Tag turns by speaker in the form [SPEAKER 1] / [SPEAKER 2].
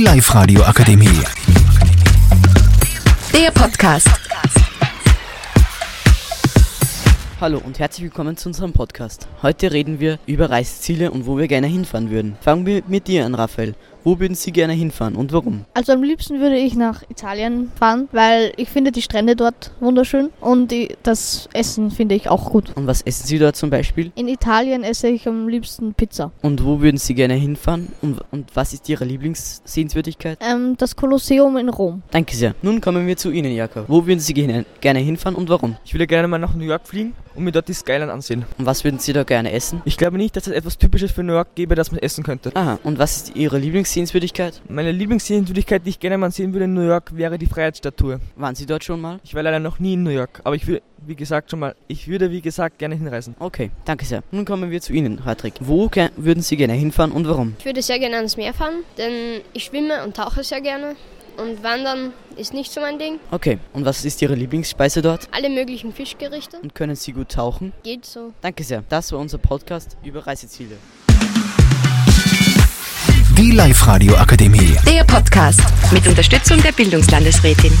[SPEAKER 1] Live Radio Akademie.
[SPEAKER 2] Der Podcast.
[SPEAKER 3] Hallo und herzlich willkommen zu unserem Podcast. Heute reden wir über Reiseziele und wo wir gerne hinfahren würden. Fangen wir mit dir an, Raphael. Wo würden Sie gerne hinfahren und warum?
[SPEAKER 4] Also am liebsten würde ich nach Italien fahren, weil ich finde die Strände dort wunderschön und die, das Essen finde ich auch gut.
[SPEAKER 3] Und was essen Sie dort zum Beispiel?
[SPEAKER 4] In Italien esse ich am liebsten Pizza.
[SPEAKER 3] Und wo würden Sie gerne hinfahren? Und, und was ist Ihre Lieblingssehenswürdigkeit?
[SPEAKER 4] Ähm, das Kolosseum in Rom.
[SPEAKER 3] Danke sehr. Nun kommen wir zu Ihnen, Jakob. Wo würden Sie gerne gerne hinfahren und warum?
[SPEAKER 5] Ich würde gerne mal nach New York fliegen und mir dort die Skyline ansehen.
[SPEAKER 3] Und was würden Sie da gerne essen?
[SPEAKER 5] Ich glaube nicht, dass es etwas Typisches für New York gäbe, das man essen könnte.
[SPEAKER 3] Aha, und was ist Ihre Lieblingssehenswürdigkeit?
[SPEAKER 5] Meine Lieblingssehenswürdigkeit, die ich gerne mal sehen würde in New York, wäre die Freiheitsstatue.
[SPEAKER 3] Waren Sie dort schon mal?
[SPEAKER 5] Ich war leider noch nie in New York, aber ich würde, wie gesagt, schon mal, ich würde, wie gesagt, gerne hinreisen.
[SPEAKER 3] Okay, danke sehr. Nun kommen wir zu Ihnen, Patrick. Wo ge- würden Sie gerne hinfahren und warum?
[SPEAKER 6] Ich würde sehr gerne ans Meer fahren, denn ich schwimme und tauche sehr gerne. Und Wandern ist nicht so mein Ding.
[SPEAKER 3] Okay, und was ist Ihre Lieblingsspeise dort?
[SPEAKER 6] Alle möglichen Fischgerichte
[SPEAKER 3] Und können Sie gut tauchen?
[SPEAKER 6] geht so.
[SPEAKER 3] Danke sehr. Das war unser Podcast über Reiseziele.
[SPEAKER 1] Die Live Radio Akademie.
[SPEAKER 2] Der Podcast mit Unterstützung der Bildungslandesrätin.